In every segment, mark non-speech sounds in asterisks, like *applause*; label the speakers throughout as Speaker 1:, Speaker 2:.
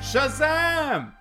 Speaker 1: Shazam!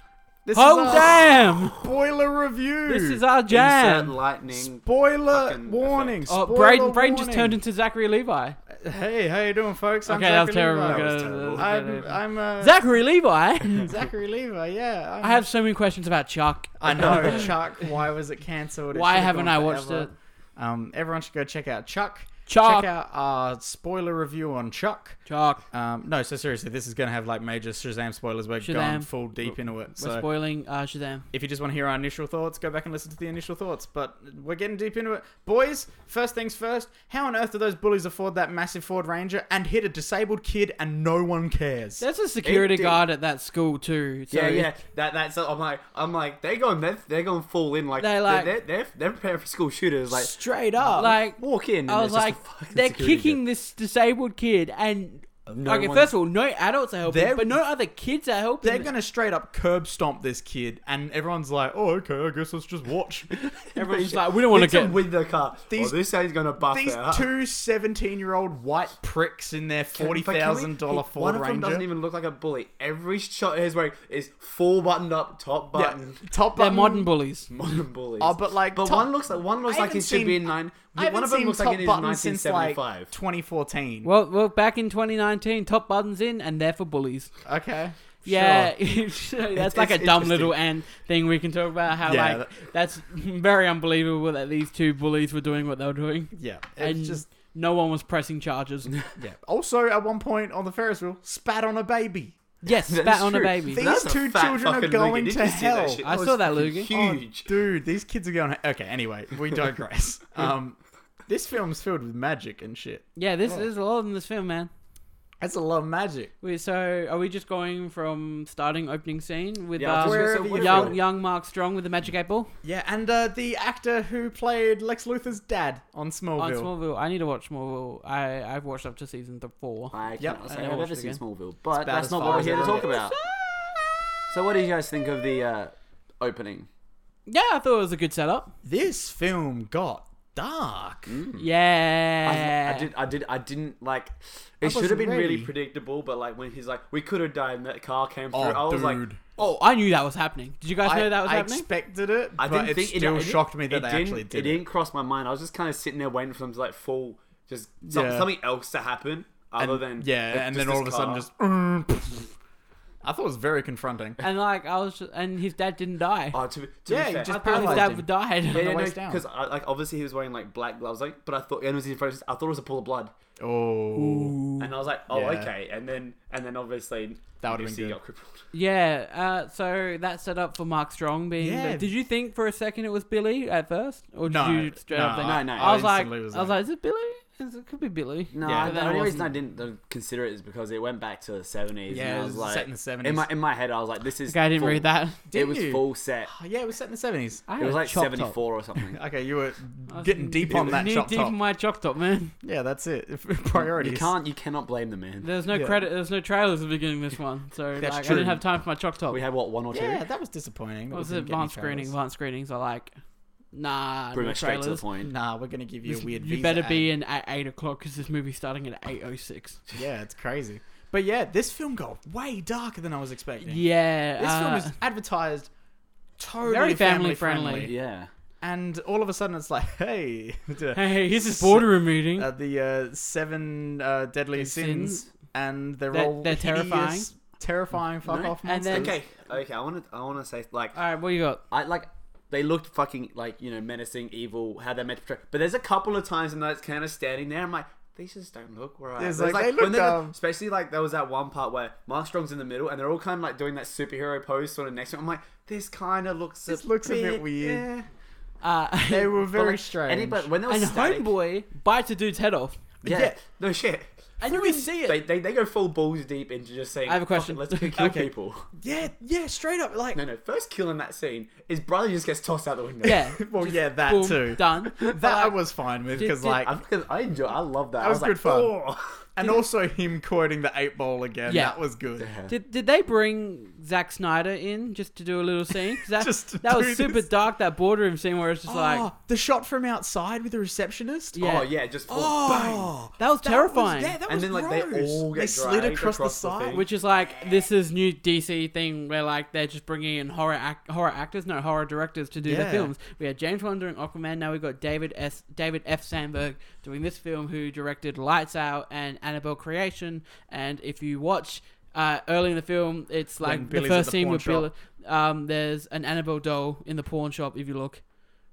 Speaker 1: This
Speaker 2: Oh
Speaker 1: is our
Speaker 2: damn!
Speaker 1: spoiler review.
Speaker 2: *laughs* This is our
Speaker 3: Insert
Speaker 2: jam.
Speaker 3: lightning.
Speaker 1: spoiler
Speaker 3: fucking
Speaker 1: warning.
Speaker 3: effect.
Speaker 2: Oh,
Speaker 1: spoiler
Speaker 2: Braden, Braden just
Speaker 1: warning.
Speaker 2: turned into Zachary Levi.
Speaker 1: Hey, how you doing, folks? I'm
Speaker 2: Okay, that was
Speaker 1: Zachary
Speaker 2: terrible.
Speaker 1: Levi.
Speaker 2: That was
Speaker 3: terrible.
Speaker 1: I'm,
Speaker 2: terrible.
Speaker 1: I'm uh,
Speaker 2: Zachary Levi. *laughs*
Speaker 1: Zachary Levi. Yeah, I'm,
Speaker 2: I have so many questions about Chuck.
Speaker 1: I
Speaker 2: *laughs*
Speaker 1: know Chuck. Why was it cancelled? It
Speaker 2: Why
Speaker 1: should've
Speaker 2: haven't
Speaker 1: gone
Speaker 2: I watched
Speaker 1: forever.
Speaker 2: it?
Speaker 1: Um, everyone should go check out Chuck.
Speaker 2: Chuck.
Speaker 1: Check out our spoiler review on Chuck.
Speaker 2: Chuck.
Speaker 1: Um, no, so seriously, this is going to have like major Shazam spoilers. We're going
Speaker 2: Shazam.
Speaker 1: full deep into it.
Speaker 2: We're
Speaker 1: So
Speaker 2: spoiling uh, Shazam.
Speaker 1: if you just want to hear our initial thoughts, go back and listen to the initial thoughts. But we're getting deep into it. Boys, first things first, how on earth do those bullies afford that massive Ford Ranger and hit a disabled kid and no one cares?
Speaker 2: There's a security
Speaker 3: did.
Speaker 2: guard at that school too. So
Speaker 3: Yeah, yeah. That that's. I'm like, I'm like, they're going, they're, they're going full in. Like,
Speaker 2: They're
Speaker 3: they're
Speaker 2: like-
Speaker 3: they're, they're, they're preparing for school shooters. Like,
Speaker 2: Straight up. Like
Speaker 3: walk in. And
Speaker 2: I was
Speaker 3: it's just a
Speaker 2: like,
Speaker 3: fucking
Speaker 2: they're
Speaker 3: security
Speaker 2: kicking
Speaker 3: *laughs*
Speaker 2: this disabled kid, and
Speaker 3: No
Speaker 2: okay,
Speaker 3: one-
Speaker 2: first of all, no adults are helping,
Speaker 1: They're-
Speaker 2: but no other kids are helping.
Speaker 1: They're going to straight up curb stomp this kid, and everyone's like, oh, okay, I guess let's just
Speaker 3: *laughs*
Speaker 1: watch.
Speaker 2: Everyone's *laughs*
Speaker 3: Yeah.
Speaker 2: like, we don't want to
Speaker 3: Hits him
Speaker 2: get.
Speaker 3: with the car.
Speaker 1: These-
Speaker 3: These, oh, this guy's gonna buff
Speaker 1: These
Speaker 3: it up.
Speaker 1: two 17 year old white pricks in their
Speaker 3: But can we-
Speaker 1: $40,000
Speaker 3: he-
Speaker 1: Ford
Speaker 3: One of
Speaker 1: Ranger.
Speaker 3: them doesn't even look like a bully. Every shot he's wearing is full buttoned up, top button, *laughs*
Speaker 1: Yeah, top
Speaker 2: They're
Speaker 1: button.
Speaker 2: modern bullies.
Speaker 3: modern bullies.
Speaker 1: Oh, but like,
Speaker 3: But
Speaker 1: top-
Speaker 3: one looks like one looks
Speaker 1: I
Speaker 3: like he
Speaker 1: haven't
Speaker 3: should be
Speaker 1: seen-
Speaker 3: in nine.
Speaker 1: I haven't
Speaker 3: One of
Speaker 1: seen
Speaker 3: them looks
Speaker 1: top
Speaker 3: like it is
Speaker 1: button since like
Speaker 3: 1975.
Speaker 1: 2014.
Speaker 2: Well, well, back in 2019, top buttons in, and they're for bullies.
Speaker 1: Okay.
Speaker 2: Yeah, *laughs*
Speaker 1: Sure.
Speaker 2: so that's
Speaker 3: It's-
Speaker 2: like a
Speaker 3: it's
Speaker 2: dumb
Speaker 3: interesting.
Speaker 2: little end thing we can talk about. How
Speaker 1: Yeah,
Speaker 2: like
Speaker 1: that-
Speaker 2: that's *laughs* very unbelievable that these two bullies were doing what they were doing,
Speaker 1: Yeah. It's
Speaker 2: and
Speaker 1: just.
Speaker 2: no one was pressing
Speaker 3: *laughs*
Speaker 2: charges.
Speaker 1: Yeah. Also, at one point on the Ferris wheel, spat on a baby.
Speaker 2: yes,
Speaker 3: That
Speaker 2: spat
Speaker 3: is
Speaker 2: on a
Speaker 3: true.
Speaker 2: baby.
Speaker 1: These
Speaker 3: That's a
Speaker 1: two
Speaker 3: fat
Speaker 1: children are
Speaker 3: fucking
Speaker 1: going
Speaker 3: loogie. Did
Speaker 1: to
Speaker 3: you see that
Speaker 1: hell.
Speaker 3: shit?
Speaker 2: I
Speaker 3: was
Speaker 2: saw that
Speaker 3: fucking
Speaker 2: loogie.
Speaker 1: Oh,
Speaker 3: Huge.
Speaker 1: dude, these kids are going. Okay. Anyway, we
Speaker 3: *laughs*
Speaker 1: digress. um, this film's filled with magic and shit.
Speaker 2: yeah,
Speaker 3: Oh.
Speaker 2: this there's a lot in this film, man.
Speaker 1: That's a lot of magic.
Speaker 2: We, so are we just going from starting opening scene with uh,
Speaker 3: Yeah, I was just
Speaker 1: Wherever
Speaker 3: gonna say,
Speaker 1: you
Speaker 3: what if
Speaker 2: young
Speaker 3: we-
Speaker 2: young Mark Strong with the magic eight ball
Speaker 1: Yeah, and uh, the actor who played Lex Luthor's dad on Smallville.
Speaker 2: on Smallville? I need to watch Smallville. I I've watched up to season th- four.
Speaker 3: I
Speaker 1: Yep.
Speaker 3: cannot
Speaker 1: I
Speaker 3: say
Speaker 2: never
Speaker 3: I've
Speaker 2: watched
Speaker 3: ever
Speaker 2: it
Speaker 3: seen
Speaker 2: again.
Speaker 3: Smallville, but
Speaker 1: about
Speaker 3: that's
Speaker 1: as
Speaker 3: not
Speaker 1: far
Speaker 3: what we're
Speaker 1: as
Speaker 3: here
Speaker 1: I
Speaker 3: to
Speaker 1: got.
Speaker 3: talk about. So, what do you guys think of the uh, opening?
Speaker 2: Yeah, I thought it was a good setup.
Speaker 1: This film got dark.
Speaker 3: Mm.
Speaker 2: Yeah,
Speaker 3: I, I did. I did. I didn't like. It should have
Speaker 1: Uh, wasn't
Speaker 3: been
Speaker 1: ready.
Speaker 3: really predictable, but like when he's like, "We could have died," and that car came through.
Speaker 1: Oh,
Speaker 3: I was like,
Speaker 1: dude.
Speaker 2: Oh, I knew that was happening. Did you guys
Speaker 1: I,
Speaker 2: know that was
Speaker 1: I
Speaker 2: happening?
Speaker 1: expected it,
Speaker 3: "I
Speaker 1: but
Speaker 3: didn't
Speaker 1: it
Speaker 3: think." it-
Speaker 1: still
Speaker 3: it, didn't-
Speaker 1: shocked me that
Speaker 3: it
Speaker 1: they
Speaker 3: didn't,
Speaker 1: actually did it.
Speaker 3: didn't cross my mind. I was just kind of sitting there waiting for them to like fall, just some,
Speaker 1: Yeah.
Speaker 3: something else to happen other than
Speaker 1: yeah,
Speaker 3: like,
Speaker 1: and
Speaker 3: just
Speaker 1: then all of a
Speaker 3: this
Speaker 1: sudden
Speaker 3: car.
Speaker 1: just. *laughs* "Mm." I thought it was very confronting.
Speaker 2: and like I was, and his dad didn't die.
Speaker 3: Oh, to, be- to
Speaker 1: Yeah,
Speaker 3: be
Speaker 1: you
Speaker 3: fair,
Speaker 1: just
Speaker 2: I thought his
Speaker 1: paralyzed
Speaker 2: dad
Speaker 1: him.
Speaker 2: died.
Speaker 1: the
Speaker 3: yeah,
Speaker 1: waist down.
Speaker 3: because like obviously he was wearing like black gloves, like. But I thought, and it was in front of his- I thought it was a pool of blood,
Speaker 1: Oh,
Speaker 3: and I was like, "Oh,
Speaker 1: Yeah.
Speaker 3: okay." And then and then obviously
Speaker 1: That would've been
Speaker 3: Lucy
Speaker 1: good.
Speaker 3: got crippled.
Speaker 2: yeah. Uh, so that set up for Mark Strong being.
Speaker 1: Yeah.
Speaker 2: the- did you think for a second it was Billy at first, or did
Speaker 1: No,
Speaker 2: you straight up
Speaker 1: no,
Speaker 2: think?
Speaker 3: I- No, no,
Speaker 2: I was
Speaker 1: I
Speaker 2: like,
Speaker 1: instantly was
Speaker 2: I was
Speaker 1: like-
Speaker 2: like, is it Billy? Is it could be Billy.
Speaker 3: No,
Speaker 1: Yeah.
Speaker 3: the
Speaker 2: That
Speaker 3: only reason I
Speaker 2: wasn't-
Speaker 3: didn't uh, consider it is because it went back to the seventies.
Speaker 1: Yeah,
Speaker 3: and
Speaker 1: it
Speaker 3: I was
Speaker 1: was
Speaker 3: like,
Speaker 1: set in the 70s.
Speaker 3: In my in my head, I was like, this is.
Speaker 2: Okay, I didn't
Speaker 3: full-
Speaker 2: read that.
Speaker 1: Didn't
Speaker 3: it was
Speaker 1: you?
Speaker 3: full set.
Speaker 1: Oh, yeah, it was set in the seventies.
Speaker 2: I had
Speaker 3: *laughs* It was
Speaker 2: a
Speaker 3: like
Speaker 2: chop top.
Speaker 3: seventy four or something.
Speaker 1: *laughs* Okay, you were
Speaker 2: I was
Speaker 1: getting deep on that
Speaker 2: knee
Speaker 1: shop
Speaker 2: deep
Speaker 1: top.
Speaker 2: in my choc top, man.
Speaker 1: Yeah, that's it. *laughs*
Speaker 3: you
Speaker 1: *laughs* Priorities.
Speaker 3: can't. You cannot blame the man.
Speaker 2: There's no
Speaker 1: Yeah.
Speaker 2: credit. There's no trailers at the beginning of this one, so
Speaker 1: That's
Speaker 2: like, I
Speaker 1: true.
Speaker 2: didn't have time for my choc top.
Speaker 3: We had what one or two.
Speaker 1: Yeah, that was disappointing. that we
Speaker 2: What was it?
Speaker 1: didn't get any
Speaker 2: Advanced screening.
Speaker 1: trailers.
Speaker 2: Advanced screenings are like, nah,
Speaker 3: Pretty
Speaker 2: no
Speaker 3: much straight to the
Speaker 2: trailers.
Speaker 1: *laughs*
Speaker 3: point.
Speaker 1: Nah, we're gonna give you a
Speaker 2: This-
Speaker 1: weird.
Speaker 2: you
Speaker 1: visa
Speaker 2: better
Speaker 1: ad.
Speaker 2: be in at eight o'clock because this movie's starting at eight oh six.
Speaker 1: Yeah, it's crazy. But yeah, this film got way darker than I was expecting.
Speaker 2: Yeah,
Speaker 1: This film
Speaker 2: uh,
Speaker 1: is advertised totally
Speaker 2: Very family
Speaker 1: family,
Speaker 2: friendly.
Speaker 1: friendly.
Speaker 3: Yeah.
Speaker 1: And all of a sudden it's like, *laughs* hey,
Speaker 2: *laughs* Hey, here's this
Speaker 1: So-
Speaker 2: boardroom meeting.
Speaker 1: uh, the uh, seven uh, deadly
Speaker 2: They've
Speaker 1: sins,
Speaker 2: sins.
Speaker 1: and they're,
Speaker 2: They're-
Speaker 1: all
Speaker 2: they're terrifying.
Speaker 1: hideous, terrifying fuck
Speaker 3: No.
Speaker 1: off
Speaker 2: And
Speaker 1: monsters.
Speaker 2: then-
Speaker 3: Okay. Okay. I want to. I want to say like
Speaker 2: All right, what you got?
Speaker 3: I like. They looked fucking like you know menacing, evil. How they're meant to portray. But there's a couple of times when it's kind of standing there. I'm like, these just don't look right.
Speaker 1: It's
Speaker 3: There's,
Speaker 1: like, they
Speaker 3: when
Speaker 1: look
Speaker 3: they're-
Speaker 1: dumb.
Speaker 3: Especially like there was that one part where Mark Strong's in the middle and they're all kind of like doing that superhero pose sort of next to him. I'm like, this kind of looks.
Speaker 1: This
Speaker 3: a
Speaker 1: looks a
Speaker 3: bit,
Speaker 1: bit weird.
Speaker 3: Yeah.
Speaker 2: Uh,
Speaker 1: they were
Speaker 3: But,
Speaker 1: very
Speaker 3: like,
Speaker 1: strange.
Speaker 3: Any, but when there
Speaker 2: *laughs*
Speaker 3: was
Speaker 2: and
Speaker 3: static,
Speaker 2: homeboy bites a dude's head off,
Speaker 3: yeah,
Speaker 1: Yeah.
Speaker 3: no shit.
Speaker 2: and you can see it.
Speaker 1: *laughs*
Speaker 3: They, they, they go full balls deep into just saying.
Speaker 2: I have a
Speaker 3: "Fuck
Speaker 2: question."
Speaker 3: it,
Speaker 2: *laughs*
Speaker 3: Let's kill
Speaker 1: Okay.
Speaker 3: people.
Speaker 1: yeah, yeah, straight up, like,
Speaker 3: No, no. First kill in that scene, his brother just gets tossed out the window.
Speaker 2: yeah.
Speaker 1: well,
Speaker 2: just
Speaker 1: yeah, that
Speaker 2: boom,
Speaker 1: too.
Speaker 2: Done.
Speaker 1: *laughs*
Speaker 2: But,
Speaker 1: That I
Speaker 2: like,
Speaker 1: was fine with
Speaker 2: Did-
Speaker 1: because,
Speaker 2: did-
Speaker 1: like,
Speaker 3: I, fucking- I enjoy. I love that.
Speaker 1: That
Speaker 3: I
Speaker 1: was
Speaker 3: was,
Speaker 1: good fun.
Speaker 3: like, "Oh." *laughs*
Speaker 1: And also him quoting the eight ball again.
Speaker 2: Yeah.
Speaker 1: That was good.
Speaker 2: Did, did they bring Zack Snyder in just to do a little scene? 'Cause
Speaker 1: *laughs*
Speaker 2: that,
Speaker 1: Just to
Speaker 2: that was
Speaker 1: do
Speaker 2: super
Speaker 1: this.
Speaker 2: dark, that boardroom scene where it's just like,
Speaker 1: Oh, the shot from outside with the receptionist.
Speaker 2: yeah.
Speaker 3: Oh yeah, just full bang.
Speaker 1: Oh,
Speaker 2: That was terrifying.
Speaker 1: yeah, that
Speaker 3: And
Speaker 1: was
Speaker 3: then, like, they
Speaker 1: gross.
Speaker 3: all get
Speaker 1: They slid
Speaker 3: dragged
Speaker 1: across,
Speaker 3: across
Speaker 1: the
Speaker 3: the
Speaker 1: side.
Speaker 3: thing.
Speaker 2: Which is like this is new DC thing where like they're just bringing in horror act- horror actors, no horror directors to do
Speaker 1: Yeah.
Speaker 2: their films. We had James Wan doing Aquaman. Now we've got David S David F Sandberg doing this film, who directed Lights Out and Annabelle Creation. And if you watch uh, early in the film, it's
Speaker 1: When
Speaker 2: like the
Speaker 1: Billy's at
Speaker 2: first
Speaker 1: the
Speaker 2: scene
Speaker 1: pawn
Speaker 2: with Bill. Um, there's an Annabelle doll in the pawn shop. If you look,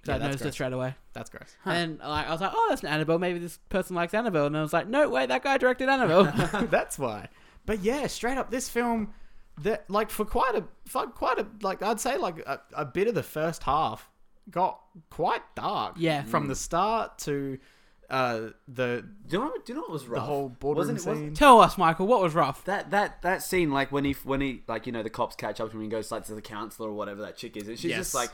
Speaker 1: Yeah,
Speaker 2: so I
Speaker 1: that's
Speaker 2: noticed it
Speaker 1: gross.
Speaker 2: straight away.
Speaker 1: That's gross.
Speaker 2: And like I was like, oh, that's an Annabelle. Maybe this person likes Annabelle. And I was like, no, wait, that guy
Speaker 1: *laughs*
Speaker 2: directed Annabelle.
Speaker 1: *laughs* That's why. But yeah, straight up, this film that like for quite a for quite a like I'd say like a, a bit of the first half got quite dark.
Speaker 2: Yeah.
Speaker 3: Mm.
Speaker 1: from the start to uh the
Speaker 3: Do you know? Do you know what was rough?
Speaker 1: whole boardroom
Speaker 3: wasn't it, wasn't-
Speaker 1: scene.
Speaker 2: Tell us, Michael, what was rough?
Speaker 3: That that that scene, like when he when he like you know the cops catch up to him and goes like to the counselor or whatever that chick is, and she's
Speaker 1: Yes.
Speaker 3: just like,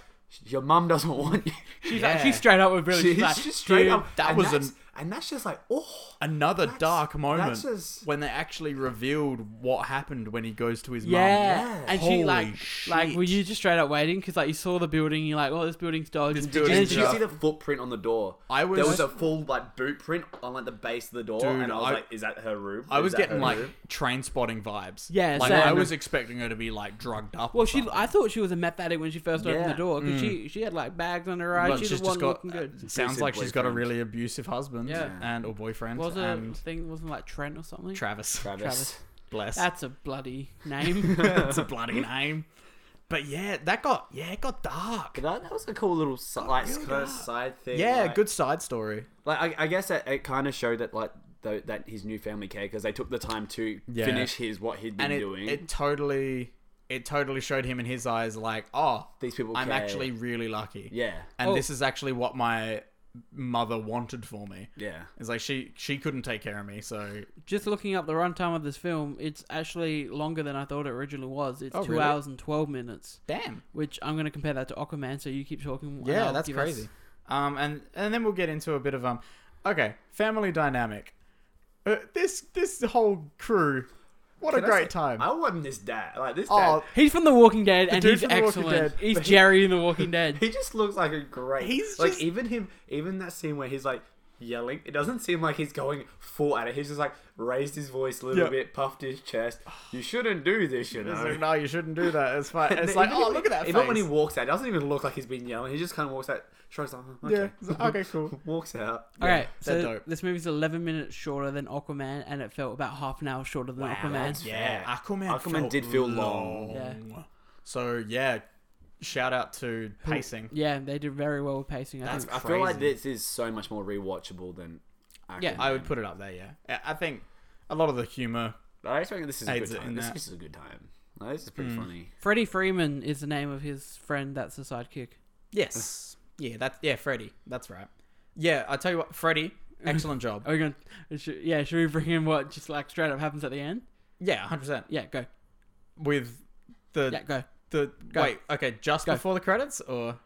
Speaker 3: "Your mum doesn't *laughs*
Speaker 1: *laughs*
Speaker 3: want you."
Speaker 2: She's like,
Speaker 1: Yeah.
Speaker 2: she's straight up with Billy. She's,
Speaker 3: she's
Speaker 2: like,
Speaker 3: just straight
Speaker 2: "Dude,
Speaker 3: up.
Speaker 1: that
Speaker 3: and
Speaker 1: was
Speaker 3: that's-
Speaker 1: an-
Speaker 3: and that's just like, oh,
Speaker 1: another
Speaker 3: That's-
Speaker 1: dark moment
Speaker 3: that's just-
Speaker 1: when they actually revealed what happened when he goes to his mum.
Speaker 2: Yeah.
Speaker 3: Yeah.
Speaker 2: and she
Speaker 1: Holy
Speaker 2: like, like, were
Speaker 1: shit.
Speaker 2: you just straight up waiting? Because like you saw the building, you're like, oh, this building's dodgy.
Speaker 1: This
Speaker 2: And
Speaker 1: building's
Speaker 2: then
Speaker 3: Did
Speaker 1: Dude,
Speaker 2: she-
Speaker 3: you
Speaker 1: yeah.
Speaker 3: see the footprint on the door?
Speaker 1: I was-
Speaker 3: there was a full like boot print on like the base of the door,
Speaker 1: Dude,
Speaker 3: and I was
Speaker 1: I-
Speaker 3: like, "Is that her room?"
Speaker 1: I
Speaker 3: Is
Speaker 1: was
Speaker 3: that
Speaker 1: getting
Speaker 3: her
Speaker 1: like
Speaker 3: room?
Speaker 1: train spotting vibes.
Speaker 2: Yeah,
Speaker 1: like
Speaker 2: same.
Speaker 1: I was expecting her to be like drugged up.
Speaker 2: Well,
Speaker 1: or
Speaker 2: she,
Speaker 1: something.
Speaker 2: I thought she was a meth addict when she first opened
Speaker 3: Yeah.
Speaker 2: the door because she, she had like bags on her eyes.
Speaker 1: Well,
Speaker 2: she
Speaker 1: she's
Speaker 2: was one
Speaker 1: Mm. just got. uh,
Speaker 2: looking good.
Speaker 1: it sounds like she's got a
Speaker 3: Abusive
Speaker 1: really abusive husband
Speaker 2: Yeah.
Speaker 1: and or boyfriend
Speaker 2: was a
Speaker 1: and
Speaker 2: thing wasn't it, like Trent or something.
Speaker 1: Travis.
Speaker 3: *laughs* Travis.
Speaker 2: Travis.
Speaker 1: Bless. *laughs*
Speaker 2: That's a bloody name.
Speaker 1: That's a bloody name. But yeah, that got yeah, it got dark.
Speaker 3: But that, that was a cool little si- like kind of side thing.
Speaker 1: Yeah,
Speaker 3: like,
Speaker 1: good side story.
Speaker 3: Like I, I guess it, it kind of showed that like tho- that his new family care because they took the time to
Speaker 1: Yeah.
Speaker 3: finish his what he'd been
Speaker 1: And it,
Speaker 3: doing.
Speaker 1: it totally it totally showed him in his eyes like, oh,
Speaker 3: These people
Speaker 1: I'm
Speaker 3: care.
Speaker 1: actually really lucky.
Speaker 3: yeah,
Speaker 1: And
Speaker 2: Oh.
Speaker 1: this is actually what my mother wanted for me.
Speaker 3: yeah.
Speaker 1: It's like she she couldn't take care of me, so
Speaker 2: just looking up the runtime of this film, it's actually longer than I thought it originally was. It's
Speaker 1: Oh,
Speaker 2: two
Speaker 1: really?
Speaker 2: hours and twelve minutes,
Speaker 1: damn.
Speaker 2: which I'm gonna compare that to Aquaman. So you keep talking. and
Speaker 1: Yeah,
Speaker 2: I'll
Speaker 1: that's
Speaker 2: give us-
Speaker 1: crazy. Um, and and then we'll get into a bit of um, okay, family dynamic. Uh, this this whole crew, what
Speaker 3: Can
Speaker 1: a
Speaker 3: I
Speaker 1: great
Speaker 3: say-
Speaker 1: time.
Speaker 3: I want this dad. Like this
Speaker 1: oh,
Speaker 3: dad.
Speaker 2: He's from The Walking Dead, and
Speaker 1: dude
Speaker 2: he's
Speaker 1: from The Walking
Speaker 2: excellent.
Speaker 1: Dead.
Speaker 2: He's
Speaker 1: But he-
Speaker 2: Jerry in The
Speaker 1: *laughs*
Speaker 2: Walking Dead.
Speaker 3: He just looks like a great.
Speaker 1: He's
Speaker 3: like
Speaker 1: just-
Speaker 3: even him, even that scene where he's like yelling. It doesn't seem like he's going full at it. He's just like raised his voice a little
Speaker 1: Yeah.
Speaker 3: bit, puffed his chest. You shouldn't do this,
Speaker 1: *laughs*
Speaker 3: you
Speaker 1: It's
Speaker 3: know.
Speaker 1: like, no, you shouldn't do that. It's fine.
Speaker 3: *laughs* And
Speaker 1: It's
Speaker 3: even
Speaker 1: like, oh,
Speaker 3: when-
Speaker 1: look at that
Speaker 3: Even
Speaker 1: face.
Speaker 3: when he walks out, it doesn't even look like he's been yelling. He just kind of walks out, shrugs like, "Oh,
Speaker 1: yeah.
Speaker 3: okay.
Speaker 1: it's like, okay, cool.
Speaker 3: *laughs* walks out.
Speaker 2: All right,
Speaker 1: they're
Speaker 2: so
Speaker 1: dope.
Speaker 2: this movie's 11 minutes shorter than Aquaman, and it felt about half an hour shorter than Aquaman.
Speaker 3: that's-
Speaker 1: Yeah,
Speaker 3: Yeah.
Speaker 1: Aquaman.
Speaker 3: Aquaman
Speaker 1: felt
Speaker 3: did feel long.
Speaker 2: Yeah.
Speaker 1: So yeah, shout out to pacing.
Speaker 2: Yeah, they did very well with pacing. I
Speaker 1: That's
Speaker 2: think.
Speaker 3: I feel like
Speaker 1: Crazy.
Speaker 3: this is so much more rewatchable than. Aquaman.
Speaker 2: Yeah.
Speaker 1: I would put it up there. Yeah, I- I think a lot of the humor.
Speaker 3: I just reckon this is a
Speaker 1: Aids it
Speaker 3: good
Speaker 1: in
Speaker 3: time. This,
Speaker 1: that. Hmm,
Speaker 3: this is a good time. No, this is pretty funny.
Speaker 2: Freddie Freeman is the name of his friend. That's the sidekick.
Speaker 1: Yes. yeah. That's yeah. Freddy. That's right. Yeah. I tell you what, Freddy. Excellent *laughs* job.
Speaker 2: Are we going? Should, yeah, should we bring in what just like straight up happens at the end?
Speaker 1: Yeah, hundred percent.
Speaker 2: Yeah, go.
Speaker 1: With the
Speaker 2: Yeah, go.
Speaker 1: the
Speaker 2: Go.
Speaker 1: wait, okay, just
Speaker 2: Go.
Speaker 1: before the credits or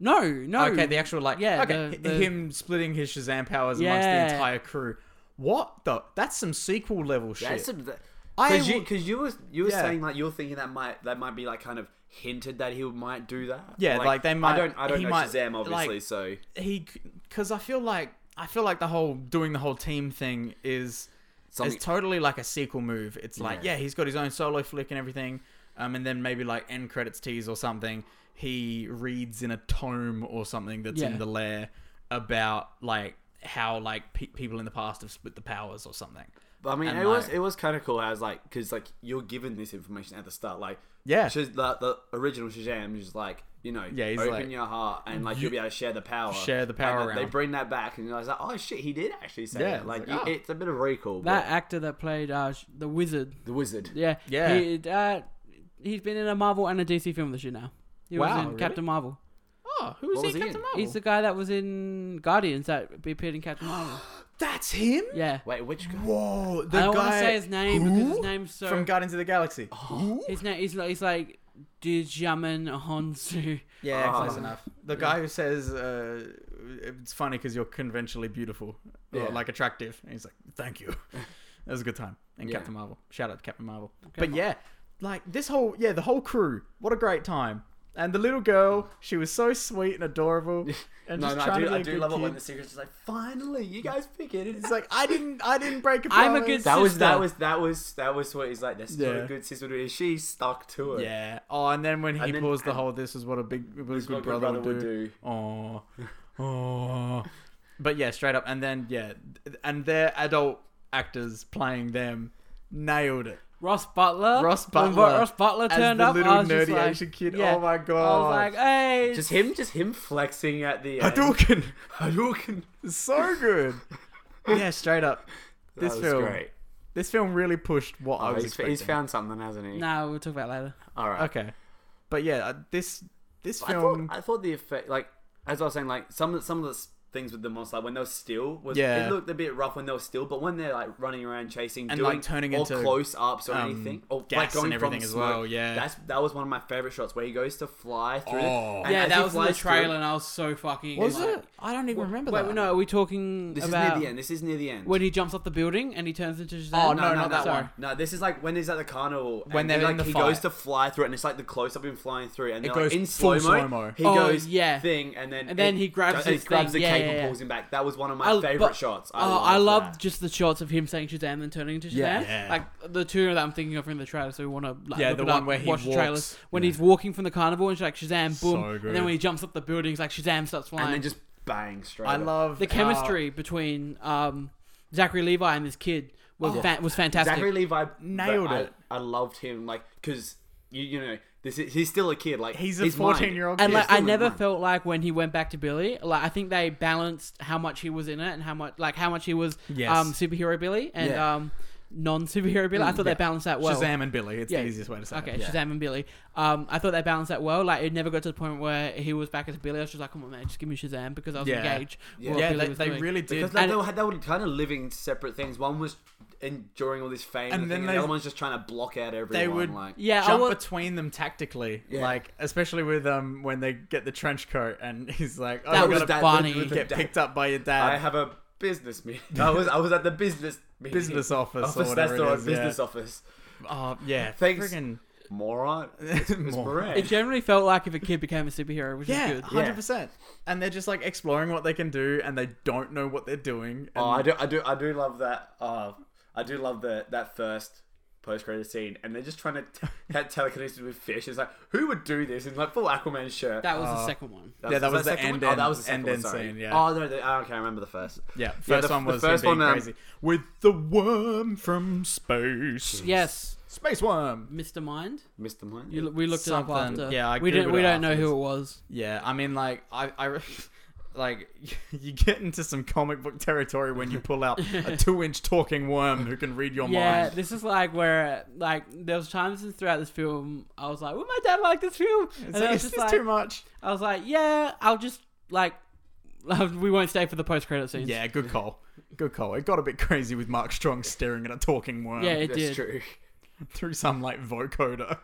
Speaker 2: No, no.
Speaker 1: okay, the actual like
Speaker 2: Yeah,
Speaker 1: okay,
Speaker 2: the-
Speaker 1: hi-
Speaker 2: the-
Speaker 1: him splitting his Shazam powers amongst
Speaker 2: Yeah.
Speaker 1: the entire crew. What the? That's some sequel level shit.
Speaker 3: That's some, that,
Speaker 1: I
Speaker 3: because you
Speaker 1: w-
Speaker 3: because you was you were
Speaker 1: Yeah.
Speaker 3: saying like you're thinking that might that might be like kind of hinted that he might do that.
Speaker 1: Yeah, like, they might-
Speaker 3: I don't I don't
Speaker 1: he
Speaker 3: know
Speaker 1: might,
Speaker 3: Shazam obviously,
Speaker 1: like-
Speaker 3: so
Speaker 1: he because I feel like I feel like the whole doing the whole team thing is is
Speaker 3: Something-
Speaker 1: totally like a sequel move. It's like yeah,
Speaker 3: Yeah.
Speaker 1: he's got his own solo flick and everything, um, and then maybe like end credits tease or something. He reads in a tome or something that's
Speaker 2: Yeah.
Speaker 1: in the lair about like how like pe- people in the past have split the powers or something.
Speaker 3: But I mean,
Speaker 1: And,
Speaker 3: it was
Speaker 1: like-
Speaker 3: it was kind of cool as like because like you're given this information at the start, like
Speaker 1: Yeah.
Speaker 3: Shaz- the, the original Shazam is like you know,
Speaker 1: Yeah, he's
Speaker 3: open
Speaker 1: like,
Speaker 3: your heart and like you, will be able to share the power,
Speaker 1: share the power
Speaker 3: And then They
Speaker 1: around.
Speaker 3: bring that back, and I was like, oh shit, he did actually say
Speaker 1: Yeah,
Speaker 3: it. Like
Speaker 1: it's like, oh.
Speaker 3: you- it's a bit of recall.
Speaker 2: that
Speaker 3: That
Speaker 2: actor that played uh, sh- the wizard.
Speaker 3: the wizard,
Speaker 2: Yeah,
Speaker 1: Yeah.
Speaker 2: He, uh, he's been in a Marvel and a DC film this year now. He
Speaker 1: Wow,
Speaker 2: was in
Speaker 1: really?
Speaker 2: Captain Marvel.
Speaker 1: Oh, who is
Speaker 3: What
Speaker 1: he?
Speaker 3: was he
Speaker 1: Captain
Speaker 3: in?
Speaker 1: Marvel.
Speaker 2: He's the guy that was in Guardians that appeared
Speaker 1: *gasps*
Speaker 2: in Captain Marvel.
Speaker 1: That's him.
Speaker 2: Yeah.
Speaker 3: Wait, which guy?
Speaker 1: Whoa, the
Speaker 2: I don't
Speaker 1: guy
Speaker 2: want to say his name because his
Speaker 1: Who?
Speaker 2: name's so. Oh,
Speaker 1: from Guardians of the Galaxy.
Speaker 2: his name is like, he's like Dijamin Honsu. *laughs*
Speaker 1: Yeah,
Speaker 3: Ah.
Speaker 1: close enough. The guy who says uh, it's funny because you're conventionally beautiful, or
Speaker 3: Yeah.
Speaker 1: like attractive, and he's like, "Thank you." *laughs* That was a good time. And
Speaker 3: Yeah.
Speaker 1: Captain Marvel. Shout out to Captain Marvel.
Speaker 2: Captain
Speaker 1: but yeah, like this whole yeah, the whole crew. What a great time. And the little girl, she was so sweet and
Speaker 3: *laughs*
Speaker 1: adorable. And
Speaker 3: no,
Speaker 1: just
Speaker 3: no, I
Speaker 1: trying
Speaker 3: do,
Speaker 1: to be
Speaker 3: I
Speaker 1: a
Speaker 3: do
Speaker 1: good
Speaker 3: love it when
Speaker 1: kid.
Speaker 3: the secret's just like, finally, you guys pick it. It's
Speaker 1: It's like I didn't I didn't break a
Speaker 2: I'm a
Speaker 1: promise.
Speaker 2: good
Speaker 3: that was that
Speaker 2: sister.
Speaker 3: was that was that was what he's like. That's not
Speaker 1: Yeah.
Speaker 3: a good sister. Is she stuck to it?
Speaker 1: Yeah. Oh, and then when he
Speaker 3: And then-
Speaker 1: pulls the
Speaker 3: and-
Speaker 1: whole "this is what a big what a
Speaker 3: This is
Speaker 1: good
Speaker 3: what a
Speaker 1: brother, would do." Oh,
Speaker 3: *laughs*
Speaker 1: oh. But yeah, straight up, and then yeah, and their adult actors playing them nailed it.
Speaker 2: Ross Butler.
Speaker 1: Ross
Speaker 2: When
Speaker 1: Butler
Speaker 2: Ross Butler
Speaker 1: as
Speaker 2: turned
Speaker 1: the
Speaker 2: up.
Speaker 1: little
Speaker 2: I was just
Speaker 1: nerdy
Speaker 2: like,
Speaker 1: Asian kid.
Speaker 2: yeah.
Speaker 1: Oh my
Speaker 2: I
Speaker 1: god.
Speaker 2: was like, hey,
Speaker 3: Just him, just him flexing at the end.
Speaker 1: Hadouken,
Speaker 3: Hadouken.
Speaker 1: so
Speaker 3: *laughs*
Speaker 1: good. yeah, straight up.
Speaker 3: That
Speaker 1: This
Speaker 3: was
Speaker 1: film,
Speaker 3: great.
Speaker 1: this film really pushed what I
Speaker 3: Oh,
Speaker 1: was
Speaker 3: he's,
Speaker 1: expecting.
Speaker 3: he's found something, hasn't he?
Speaker 2: Nah, we'll talk about it later.
Speaker 3: All right.
Speaker 1: Okay, but yeah, uh, this this
Speaker 3: I thought
Speaker 1: film.
Speaker 3: I thought the effect, like as I was saying, like some of the- some of the s- things with the monster, like when they were still, was
Speaker 1: Yeah.
Speaker 3: it looked a bit rough when they were still, but when they're like running around chasing,
Speaker 1: And,
Speaker 3: doing,
Speaker 1: like, turning
Speaker 3: or
Speaker 1: into,
Speaker 3: close ups or
Speaker 1: um,
Speaker 3: anything, or
Speaker 1: gas
Speaker 3: like going
Speaker 1: and everything
Speaker 3: from
Speaker 1: as
Speaker 3: smoke,
Speaker 1: well, yeah.
Speaker 3: that's that was one of my favorite shots where he goes to fly through.
Speaker 1: Oh.
Speaker 3: and
Speaker 2: yeah,
Speaker 3: as
Speaker 2: that
Speaker 3: he
Speaker 2: was in the
Speaker 3: flies through-
Speaker 2: trailer, and I was so fucking.
Speaker 1: was
Speaker 2: like,
Speaker 1: it? I don't even remember
Speaker 2: Wait,
Speaker 1: that.
Speaker 2: no, are we talking
Speaker 3: This
Speaker 2: about
Speaker 3: is near the end. This is near the end.
Speaker 2: when he jumps off the building and he turns into Shazam?
Speaker 1: Oh, no, not that
Speaker 2: sorry.
Speaker 1: one.
Speaker 3: No, this is like when he's at the carnival.
Speaker 1: When
Speaker 3: and
Speaker 1: they're
Speaker 3: he, like
Speaker 1: in the
Speaker 3: he
Speaker 1: fight.
Speaker 3: goes to fly through it, and it's like the close up of him flying through, and
Speaker 1: It
Speaker 3: they're
Speaker 1: goes
Speaker 3: like in
Speaker 1: full
Speaker 3: slow
Speaker 1: slow-mo.
Speaker 3: mo. He
Speaker 2: Oh,
Speaker 3: goes
Speaker 2: yeah.
Speaker 3: thing, and then
Speaker 2: And then
Speaker 3: it
Speaker 2: he grabs
Speaker 3: goes-
Speaker 2: his
Speaker 3: he grabs
Speaker 2: thing.
Speaker 3: the
Speaker 2: Yeah,
Speaker 3: cape
Speaker 2: yeah,
Speaker 3: and
Speaker 2: yeah.
Speaker 3: pulls him back. That was one of my
Speaker 2: I-
Speaker 3: favorite
Speaker 2: but-
Speaker 3: shots. I
Speaker 2: oh,
Speaker 3: love
Speaker 2: I love
Speaker 3: that.
Speaker 2: just the shots of him saying Shazam and then turning into Shazam.
Speaker 1: Yeah. Yeah.
Speaker 2: Like the two that I'm thinking of are in the trailer, so we want to like,
Speaker 1: Yeah,
Speaker 2: look
Speaker 1: the
Speaker 2: it
Speaker 1: one
Speaker 2: up,
Speaker 1: where he
Speaker 2: watch the trailers.
Speaker 1: walks.
Speaker 2: When
Speaker 1: Yeah.
Speaker 2: he's walking from the carnival and she's like Shazam,
Speaker 1: So
Speaker 2: boom. and then
Speaker 1: good.
Speaker 2: when he jumps up the building, it's like Shazam starts flying.
Speaker 3: and then just bang straight.
Speaker 1: I
Speaker 3: up.
Speaker 1: love
Speaker 2: the
Speaker 1: how-
Speaker 2: chemistry between um, Zachary Levi and this kid was,
Speaker 1: Oh.
Speaker 2: fa- was fantastic.
Speaker 3: Zachary Levi
Speaker 1: Nailed
Speaker 3: I-
Speaker 1: it.
Speaker 3: I, loved him, like because you you know this is, he's still a kid. Like
Speaker 1: He's a
Speaker 3: his mind-
Speaker 1: 14-year-old
Speaker 2: and
Speaker 1: Yeah,
Speaker 2: like
Speaker 1: it's
Speaker 2: I
Speaker 3: still in
Speaker 2: never
Speaker 3: mine.
Speaker 2: felt like when he went back to Billy, like I think they balanced how much he was in it and how much like how much he was
Speaker 1: Yes.
Speaker 2: um superhero Billy and
Speaker 1: Yeah. Mm,
Speaker 2: um non superhero Billy. I thought
Speaker 1: yeah.
Speaker 2: they balanced that well.
Speaker 1: Shazam and Billy. It's
Speaker 2: Yeah.
Speaker 1: the easiest way to say
Speaker 2: Okay,
Speaker 1: it.
Speaker 2: Shazam and Billy. Um, I thought they balanced that well. Like it never got to the point where he was back as Billy. I was just like, come on, man, just give me Shazam because I was
Speaker 1: Yeah.
Speaker 2: engaged. with what
Speaker 1: Yeah,
Speaker 2: Billy
Speaker 1: they,
Speaker 2: was
Speaker 1: they
Speaker 2: doing.
Speaker 1: really did.
Speaker 3: Because like,
Speaker 2: And-
Speaker 3: they, were, they were kind of living separate things. One was enduring all this fame,
Speaker 1: And
Speaker 3: and, the
Speaker 1: then
Speaker 3: thing, and
Speaker 1: they-
Speaker 3: the other one's just trying to block out everyone.
Speaker 1: they would-
Speaker 3: like,
Speaker 2: yeah. I
Speaker 1: jump
Speaker 2: wa-
Speaker 1: between them tactically,
Speaker 3: Yeah.
Speaker 1: like especially with um when they get the trench coat and *laughs* he's like, "Oh,
Speaker 2: That
Speaker 1: you
Speaker 2: was
Speaker 1: gotta
Speaker 2: that-
Speaker 3: funny.
Speaker 2: Barney.
Speaker 1: get picked up by your dad."
Speaker 3: I have a business meeting.
Speaker 1: *laughs*
Speaker 3: I was I was at the business meeting.
Speaker 1: Business office or
Speaker 3: that's
Speaker 1: whatever
Speaker 3: the
Speaker 1: it
Speaker 3: right,
Speaker 1: is,
Speaker 3: business
Speaker 1: yeah.
Speaker 3: office.
Speaker 1: oh yeah,
Speaker 3: Thanks.
Speaker 1: friggin' *laughs*
Speaker 3: Moron. It's, it's
Speaker 1: Moron.
Speaker 2: it
Speaker 3: Moran.
Speaker 2: generally felt like if a kid became a superhero, which is
Speaker 1: yeah,
Speaker 2: good.
Speaker 1: hundred percent. And they're just like exploring what they can do, and they don't know what they're doing. And
Speaker 3: Oh, I do I do I do love that. Uh, I do love the that first post credit scene, and they're just trying
Speaker 1: *laughs*
Speaker 3: to t- have telekinesis with fish. It's like who would do this in like full Aquaman shirt.
Speaker 2: That was
Speaker 1: Uh,
Speaker 2: the second one.
Speaker 1: Yeah, that was the
Speaker 3: second
Speaker 1: end
Speaker 3: one? Oh,
Speaker 1: end-
Speaker 3: that was the second
Speaker 1: end
Speaker 3: one,
Speaker 1: end
Speaker 3: sorry.
Speaker 1: scene, yeah.
Speaker 3: Oh no, the, oh, okay, I remember the first.
Speaker 1: yeah, first
Speaker 3: the-
Speaker 1: one
Speaker 3: the
Speaker 1: was
Speaker 3: first
Speaker 1: him being
Speaker 3: one, um,
Speaker 1: crazy with the worm from space.
Speaker 2: Yes,
Speaker 1: space worm.
Speaker 2: Mr. Mind.
Speaker 3: Mr. Mind.
Speaker 2: You, we looked it up
Speaker 1: Something-
Speaker 2: after.
Speaker 1: yeah, I
Speaker 2: we didn't.
Speaker 1: Googled
Speaker 2: We
Speaker 1: it
Speaker 2: don't know who
Speaker 1: afterwards.
Speaker 2: it was.
Speaker 1: Yeah, I mean, like I, I, *laughs* like *laughs* you get into some comic book territory when you pull
Speaker 2: *laughs*
Speaker 1: out a two-inch talking worm who can read your
Speaker 2: yeah,
Speaker 1: mind.
Speaker 2: this is like where like there was times throughout this film I was like, "Would my dad like this film?"
Speaker 1: It's
Speaker 2: and
Speaker 1: like,
Speaker 2: I was
Speaker 1: is
Speaker 2: just
Speaker 1: this
Speaker 2: like,
Speaker 1: too much?
Speaker 2: I was like, "Yeah, I'll just like." *laughs* We won't stay for the post-credit scenes.
Speaker 1: Yeah, good call. Good call. It got a bit crazy with Mark Strong staring at a talking worm
Speaker 2: Yeah, it
Speaker 3: That's
Speaker 2: did.
Speaker 3: true. *laughs*
Speaker 1: through some like vocoder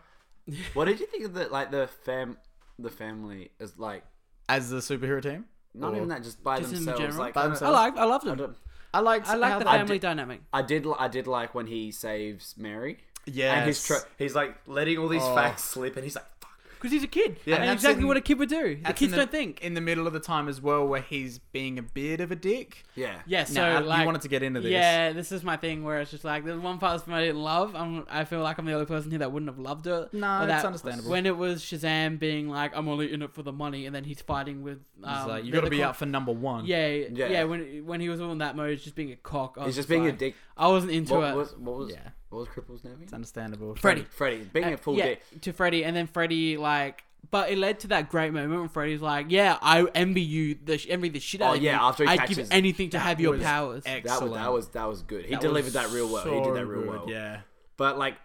Speaker 3: What did you think of the like the fam the family is like
Speaker 1: as the superhero team.
Speaker 3: not
Speaker 1: Or-
Speaker 3: even that just by
Speaker 2: Just in
Speaker 3: themselves
Speaker 2: general?
Speaker 3: like
Speaker 1: By
Speaker 3: I don't-
Speaker 2: I
Speaker 1: themselves.
Speaker 2: like. I loved
Speaker 3: I,
Speaker 2: them.
Speaker 3: don't-
Speaker 1: I liked.
Speaker 2: I like
Speaker 1: how
Speaker 2: the
Speaker 1: they-
Speaker 3: I
Speaker 2: family
Speaker 3: did-
Speaker 2: dynamic.
Speaker 3: I did li- I did like when he saves Mary
Speaker 1: Yes.
Speaker 3: and he's tr- he's like letting all these
Speaker 1: Oh.
Speaker 3: facts slip and he's like fuck
Speaker 2: Because he's a kid.
Speaker 3: Yeah,
Speaker 2: and that's
Speaker 1: that's
Speaker 2: exactly
Speaker 1: in-
Speaker 2: what a kid would do. The
Speaker 1: That's
Speaker 2: kids
Speaker 1: in
Speaker 2: don't think.
Speaker 1: in the middle of the time as well, where he's being a bit of a dick.
Speaker 3: yeah
Speaker 2: Yeah, so
Speaker 1: Now,
Speaker 2: like,
Speaker 1: you wanted to get into this.
Speaker 2: Yeah, this is my thing where it's just like there's one part of this film I didn't love. I'm, I feel like I'm the only person here that wouldn't have loved it.
Speaker 1: No,
Speaker 2: Or
Speaker 1: that's
Speaker 2: that-
Speaker 1: understandable.
Speaker 2: When it was Shazam being like, "I'm only in it for the money," and then he's fighting with.
Speaker 1: He's
Speaker 2: Um,
Speaker 1: like, you
Speaker 2: the-
Speaker 1: got to
Speaker 2: the
Speaker 1: be
Speaker 2: cop-
Speaker 1: out for number one.
Speaker 2: Yeah, yeah,
Speaker 3: Yeah.
Speaker 2: When when he was all in that mode, it's just being a cock. I was
Speaker 3: he's just being a
Speaker 2: like-
Speaker 3: dick
Speaker 2: I wasn't into
Speaker 3: what
Speaker 2: it.
Speaker 3: was what was
Speaker 1: Yeah.
Speaker 3: what was cripple's name
Speaker 1: It's understandable.
Speaker 2: Freddy.
Speaker 3: Freddy being a
Speaker 2: Uh,
Speaker 3: full
Speaker 2: yeah,
Speaker 3: dick
Speaker 2: to Freddy, and then Freddy like. But it led to that great moment when Freddy's like, "Yeah, I envy you, the sh- envy the shit out
Speaker 3: Oh,
Speaker 2: of you.
Speaker 3: yeah, after he
Speaker 2: I'd give
Speaker 3: catches-
Speaker 2: anything to have your
Speaker 1: was
Speaker 2: powers."
Speaker 3: that was
Speaker 1: Excellent.
Speaker 3: that was that was good he
Speaker 1: That
Speaker 3: delivered
Speaker 1: was
Speaker 3: that real well he
Speaker 1: so
Speaker 3: did that real
Speaker 1: good,
Speaker 3: well
Speaker 1: Yeah.
Speaker 3: But like,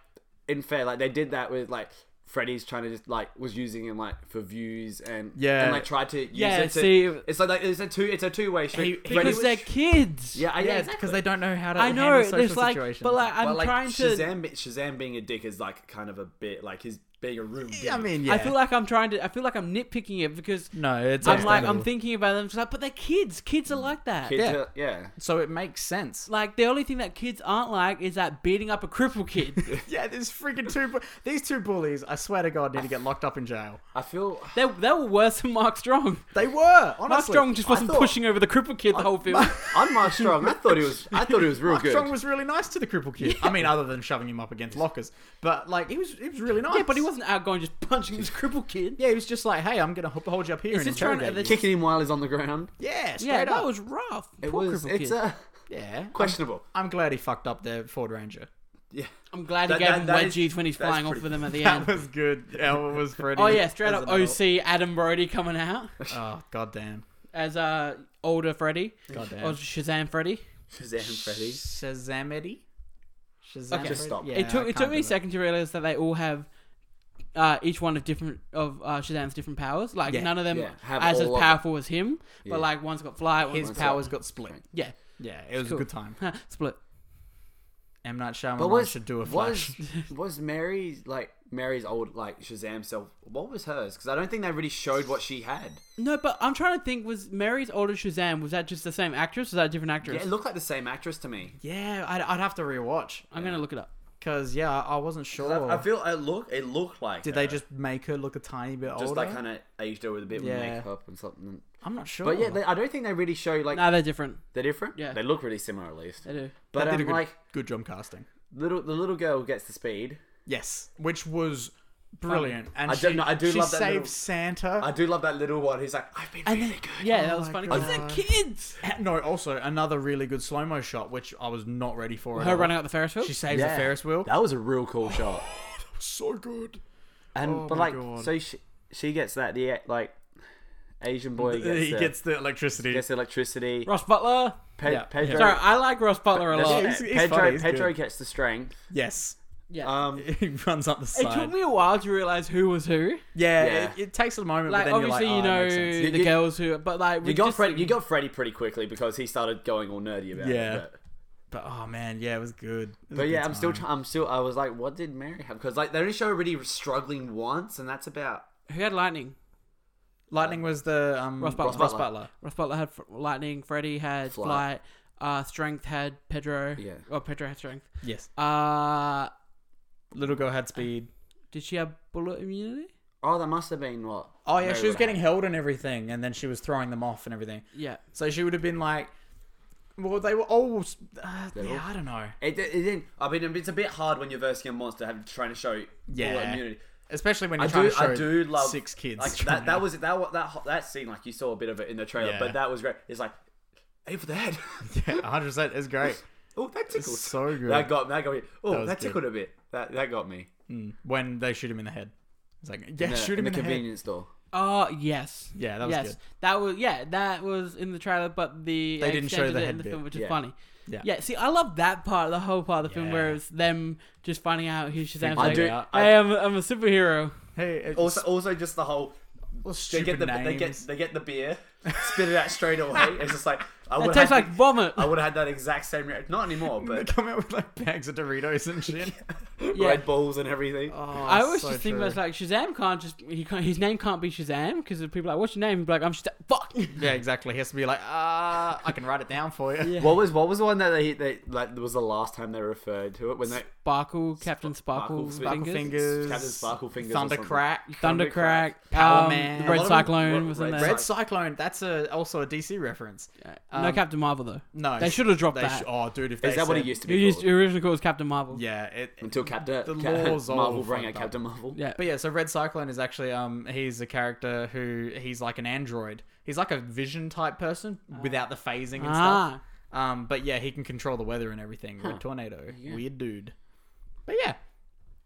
Speaker 3: in fair, like they did that with like Freddy's trying to just like was using him like for views and
Speaker 1: Yeah.
Speaker 3: and like tried to use
Speaker 2: Yeah,
Speaker 3: it. To,
Speaker 2: see-
Speaker 3: it's like, like it's a two it's a two way street.
Speaker 1: He-
Speaker 2: because
Speaker 1: Freddy-
Speaker 2: they're kids.
Speaker 3: yeah, I- yeah,
Speaker 1: Yeah, because
Speaker 3: exactly.
Speaker 1: they don't know how to
Speaker 2: I know.
Speaker 1: handle social
Speaker 2: There's like,
Speaker 1: situations.
Speaker 2: but like, I'm
Speaker 3: But, like,
Speaker 2: trying to.
Speaker 3: Shazam, Shazam being a dick is like kind of a bit like his being a room.
Speaker 1: I
Speaker 3: demon.
Speaker 1: mean, yeah.
Speaker 2: I feel like I'm trying to. I feel like I'm nitpicking it because
Speaker 1: no, it's
Speaker 2: I'm like I'm
Speaker 1: understandable.
Speaker 2: thinking about them. Just like, but they're kids. Kids are like that.
Speaker 3: Kids
Speaker 1: yeah.
Speaker 3: are- yeah.
Speaker 1: so it makes sense.
Speaker 2: Like the only thing that kids aren't like is that beating up a crippled kid.
Speaker 1: *laughs*
Speaker 3: *laughs*
Speaker 1: Yeah, there's freaking two. Bu- these two bullies, I swear to God, need to get locked up in jail.
Speaker 3: I feel
Speaker 2: they, they were worse than Mark Strong.
Speaker 1: They were honestly.
Speaker 2: Mark Strong just
Speaker 3: I
Speaker 2: wasn't
Speaker 3: thought-
Speaker 2: pushing over the crippled kid the whole film.
Speaker 3: *laughs*
Speaker 1: *laughs*
Speaker 3: I'm Mark Strong. I thought he was. I thought he was real
Speaker 1: Mark
Speaker 3: good.
Speaker 1: Strong was really nice to the cripple kid. I mean, other than shoving him up against lockers, but like he was, he was really nice.
Speaker 2: yeah, but he wasn't outgoing just punching this crippled kid.
Speaker 1: Yeah, he was just like, "Hey, I'm gonna h- hold you up here
Speaker 2: It's
Speaker 1: and
Speaker 2: just trying to-
Speaker 1: interrogate you."
Speaker 2: the-
Speaker 3: kicking him while he's on the ground.
Speaker 1: Yeah, straight
Speaker 2: Yeah,
Speaker 1: up.
Speaker 2: that was rough.
Speaker 3: It
Speaker 2: Poor
Speaker 3: was.
Speaker 2: crippled
Speaker 3: It's
Speaker 2: kid.
Speaker 3: a
Speaker 1: yeah.
Speaker 3: questionable.
Speaker 1: I'm glad he fucked up the Ford Ranger.
Speaker 3: Yeah.
Speaker 2: I'm glad he
Speaker 3: That-
Speaker 2: gave
Speaker 3: that-
Speaker 2: him
Speaker 3: that is-
Speaker 2: wedgies when he's
Speaker 3: that's
Speaker 2: flying off
Speaker 3: pretty-
Speaker 2: with him
Speaker 3: *laughs*
Speaker 2: at the
Speaker 1: That
Speaker 2: end.
Speaker 1: was good. Yeah, it
Speaker 2: *laughs*
Speaker 1: was pretty.
Speaker 2: Oh yeah, straight
Speaker 1: as
Speaker 2: up
Speaker 1: an adult.
Speaker 2: OC Adam Brody coming out
Speaker 1: Oh goddamn,
Speaker 2: as uh older Freddy
Speaker 1: goddamn.
Speaker 2: or Shazam Freddy.
Speaker 3: Shazam, Freddy.
Speaker 1: Shazamity. Shazam.
Speaker 2: Okay.
Speaker 3: Just stop.
Speaker 1: Yeah,
Speaker 2: it
Speaker 1: I
Speaker 2: took it
Speaker 1: can't
Speaker 2: took
Speaker 1: do
Speaker 2: me a
Speaker 1: it.
Speaker 2: second to realize that they all have uh, each one of different of uh, Shazam's different powers. Like
Speaker 1: Yeah,
Speaker 2: none of them
Speaker 3: yeah,
Speaker 2: as
Speaker 3: have all
Speaker 2: as
Speaker 3: of them.
Speaker 2: powerful as him,
Speaker 3: Yeah.
Speaker 2: but like one's got fly, one's
Speaker 1: His
Speaker 2: got,
Speaker 1: powers got split.
Speaker 2: yeah, *laughs*
Speaker 1: Yeah, it was
Speaker 2: Cool.
Speaker 1: a good time.
Speaker 2: split.
Speaker 1: *laughs* M Night Shyamalan
Speaker 3: But was
Speaker 1: should do a flash.
Speaker 3: was *laughs* was Mary like Mary's old like Shazam self? What was hers? Because I don't think they really showed what she had.
Speaker 2: No, but I'm trying to think. Was Mary's older Shazam? Was that just the same actress? Was that a different
Speaker 3: Yeah,
Speaker 2: actress?
Speaker 3: it looked like the same actress to me.
Speaker 1: Yeah, I'd, I'd have to rewatch
Speaker 2: I'm gonna look it up.
Speaker 1: because yeah, I I wasn't sure.
Speaker 3: I, I feel it look it looked like.
Speaker 1: Oh. Did
Speaker 3: her.
Speaker 1: they just make her look a tiny bit
Speaker 3: just
Speaker 1: older?
Speaker 3: like kind of aged her with a bit of
Speaker 1: Yeah.
Speaker 3: makeup and something?
Speaker 1: I'm not sure.
Speaker 3: But yeah, they, I don't think they really show like
Speaker 2: No, they're different.
Speaker 3: they're different.
Speaker 2: Yeah.
Speaker 3: they look really similar at least.
Speaker 2: They do.
Speaker 1: They
Speaker 3: But
Speaker 1: did a
Speaker 3: um,
Speaker 1: good,
Speaker 3: like
Speaker 1: good job casting.
Speaker 3: little the little girl gets the speed.
Speaker 1: Yes, which was brilliant. And
Speaker 3: I do-
Speaker 1: she,
Speaker 3: no, I do
Speaker 1: she
Speaker 3: love that
Speaker 1: saves
Speaker 3: little-
Speaker 1: Santa.
Speaker 3: I do love that little one. He's like, I've been really good.
Speaker 2: Yeah, that
Speaker 1: Oh
Speaker 2: was
Speaker 1: my
Speaker 2: funny.
Speaker 1: God.
Speaker 2: Because they're kids.
Speaker 1: *laughs* No, also another really good slow mo shot, which I was not ready for. at
Speaker 2: Her
Speaker 1: all.
Speaker 2: running up the Ferris wheel.
Speaker 1: She saves the Ferris wheel.
Speaker 3: That was a real cool shot.
Speaker 1: so good.
Speaker 3: *sighs* And
Speaker 1: Oh
Speaker 3: but
Speaker 1: my
Speaker 3: like,
Speaker 1: God.
Speaker 3: so she she gets that the like Asian boy gets,
Speaker 1: *laughs* he
Speaker 3: the,
Speaker 1: gets the electricity.
Speaker 3: gets the electricity.
Speaker 2: Ross Butler.
Speaker 3: Pe-
Speaker 1: yeah.
Speaker 3: Pedro,
Speaker 2: Sorry, I like Ross Butler a
Speaker 3: that's-
Speaker 2: lot.
Speaker 1: Yeah, he's- he's
Speaker 3: Pedro,
Speaker 1: funny, he's
Speaker 3: Pedro
Speaker 1: good.
Speaker 3: gets the strength.
Speaker 1: *laughs* Yes,
Speaker 2: Yeah.
Speaker 3: Um,
Speaker 1: he runs up the
Speaker 2: it
Speaker 1: side.
Speaker 2: took me a while to realize who was who.
Speaker 1: yeah,
Speaker 3: Yeah.
Speaker 1: It, it takes a moment,
Speaker 2: Like
Speaker 1: but then you're like,
Speaker 2: obviously
Speaker 1: oh,
Speaker 2: you
Speaker 1: it
Speaker 2: know
Speaker 1: makes sense.
Speaker 2: the
Speaker 3: you-
Speaker 2: girls who, but like
Speaker 3: You got Freddy, you got Freddy pretty quickly because he started going all nerdy about
Speaker 1: Yeah.
Speaker 3: it. But,
Speaker 1: But oh man, yeah, it was good. It was a
Speaker 3: but yeah,
Speaker 1: good
Speaker 3: I'm still
Speaker 1: time.
Speaker 3: try- I'm still I was like, what did Mary have? Because like they only show her really struggling once, and that's about
Speaker 2: who had lightning.
Speaker 1: Lightning was the um,
Speaker 2: Ross Butler.
Speaker 1: Ross
Speaker 3: Butler.
Speaker 1: Butler.
Speaker 2: Ross Butler had fr- lightning. Freddy had
Speaker 3: Flight.
Speaker 2: flight. uh, strength had Pedro.
Speaker 3: Yeah.
Speaker 2: Or Pedro had strength.
Speaker 1: Yes,
Speaker 2: Uh,
Speaker 1: little girl had speed.
Speaker 2: did she have bullet immunity?
Speaker 3: oh that must have been what
Speaker 1: Oh yeah,
Speaker 3: Mary
Speaker 1: she was
Speaker 3: would've
Speaker 1: getting held and everything, and then she was throwing them off and everything.
Speaker 2: Yeah.
Speaker 1: So she would have been like, well, they were all. Uh,
Speaker 3: all-
Speaker 1: yeah, I don't know.
Speaker 3: It, it, it didn't. I mean, it's a bit hard when you're versing a monster, having trying to show
Speaker 1: Yeah.
Speaker 3: full immunity.
Speaker 1: Especially when
Speaker 3: I
Speaker 1: you're trying
Speaker 3: do,
Speaker 1: to show
Speaker 3: I do love
Speaker 1: six kids. *laughs*
Speaker 3: Like
Speaker 1: trying
Speaker 3: that, that
Speaker 1: to-
Speaker 3: was that wa- that ho- that scene. Like you saw a bit of it in the trailer,
Speaker 1: Yeah.
Speaker 3: but that was great. It's like aim for the head. *laughs*
Speaker 1: yeah, 100. percent It's great.
Speaker 3: oh, that tickled.
Speaker 1: so good.
Speaker 3: That got that got me. Oh, that,
Speaker 1: was good.
Speaker 3: tickled a bit. That that got me.
Speaker 1: When they shoot him in the head, it's like yeah,
Speaker 3: In the-
Speaker 1: shoot him in,
Speaker 3: in the
Speaker 1: the, head.
Speaker 3: convenience store.
Speaker 2: Oh yes.
Speaker 1: Yeah, that was
Speaker 2: yes.
Speaker 1: good.
Speaker 2: That was yeah, that was in the trailer, but the
Speaker 1: They didn't show
Speaker 2: extended
Speaker 1: the
Speaker 2: it
Speaker 1: head
Speaker 2: in the
Speaker 1: bit.
Speaker 2: film, which is
Speaker 3: Yeah.
Speaker 2: funny.
Speaker 1: Yeah.
Speaker 2: Yeah, see, I love that part, the whole part of the film
Speaker 1: Yeah.
Speaker 2: where it's them just finding out who Shazam's
Speaker 1: I
Speaker 2: like,
Speaker 1: do-
Speaker 3: I-
Speaker 2: hey, I'm, I'm a superhero.
Speaker 1: Hey, it's
Speaker 3: Also, also just the whole.
Speaker 1: all
Speaker 3: They
Speaker 1: stupid
Speaker 3: get the
Speaker 1: names.
Speaker 3: they get they get the beer, spit it out straight away. It's just like I
Speaker 2: That
Speaker 3: would have
Speaker 2: tastes like vomit.
Speaker 3: I would have had that exact same reaction. Not anymore,
Speaker 1: *laughs* They *laughs*
Speaker 3: but
Speaker 1: come out with like bags of Doritos and
Speaker 3: *laughs*
Speaker 1: shit. Oh,
Speaker 2: Yeah.
Speaker 3: Red Bulls and everything.
Speaker 2: I always
Speaker 1: so
Speaker 2: just think
Speaker 1: true.
Speaker 2: that's like Shazam can't just he can't, his name can't be Shazam because people are like what's your name? He'd be like I'm Shazam. Fuck.
Speaker 1: Yeah, exactly. He has to be like, ah, I can write it down for *laughs* you.
Speaker 2: Yeah.
Speaker 3: What was what was the one that they they like was the last time they referred to it when they
Speaker 2: Sparkle, Captain Sparkle,
Speaker 3: Sparkle
Speaker 2: Fingers,
Speaker 1: Fingers,
Speaker 3: Captain Sparkle Fingers or something.
Speaker 1: Thundercrack,
Speaker 2: Thundercrack,
Speaker 1: Power
Speaker 2: um,
Speaker 1: Man.
Speaker 2: the
Speaker 1: A
Speaker 2: Red
Speaker 3: lot of
Speaker 2: Cyclone
Speaker 3: them-
Speaker 2: was
Speaker 3: Red
Speaker 2: in there.
Speaker 1: Red Cyclone. That's a also a DC reference.
Speaker 2: no
Speaker 1: um,
Speaker 2: Captain Marvel though.
Speaker 1: No,
Speaker 2: They should have dropped
Speaker 1: they
Speaker 2: that.
Speaker 1: sh- oh, dude, if they
Speaker 3: Is that what it
Speaker 1: said-
Speaker 3: used to
Speaker 2: It
Speaker 3: be?
Speaker 2: used
Speaker 3: called?
Speaker 2: originally called was Captain Marvel.
Speaker 1: Yeah, it,
Speaker 3: until Captain
Speaker 1: the
Speaker 3: Cap-
Speaker 1: law's all
Speaker 3: Marvel rang out
Speaker 1: fucked up.
Speaker 3: Captain Marvel.
Speaker 2: Yeah.
Speaker 1: But yeah, so Red Cyclone is actually um he's a character who he's like an android. He's like a vision type person without the phasing and
Speaker 2: Ah.
Speaker 1: stuff. Um, but yeah, he can control the weather and everything. Red Tornado, weird dude. But yeah,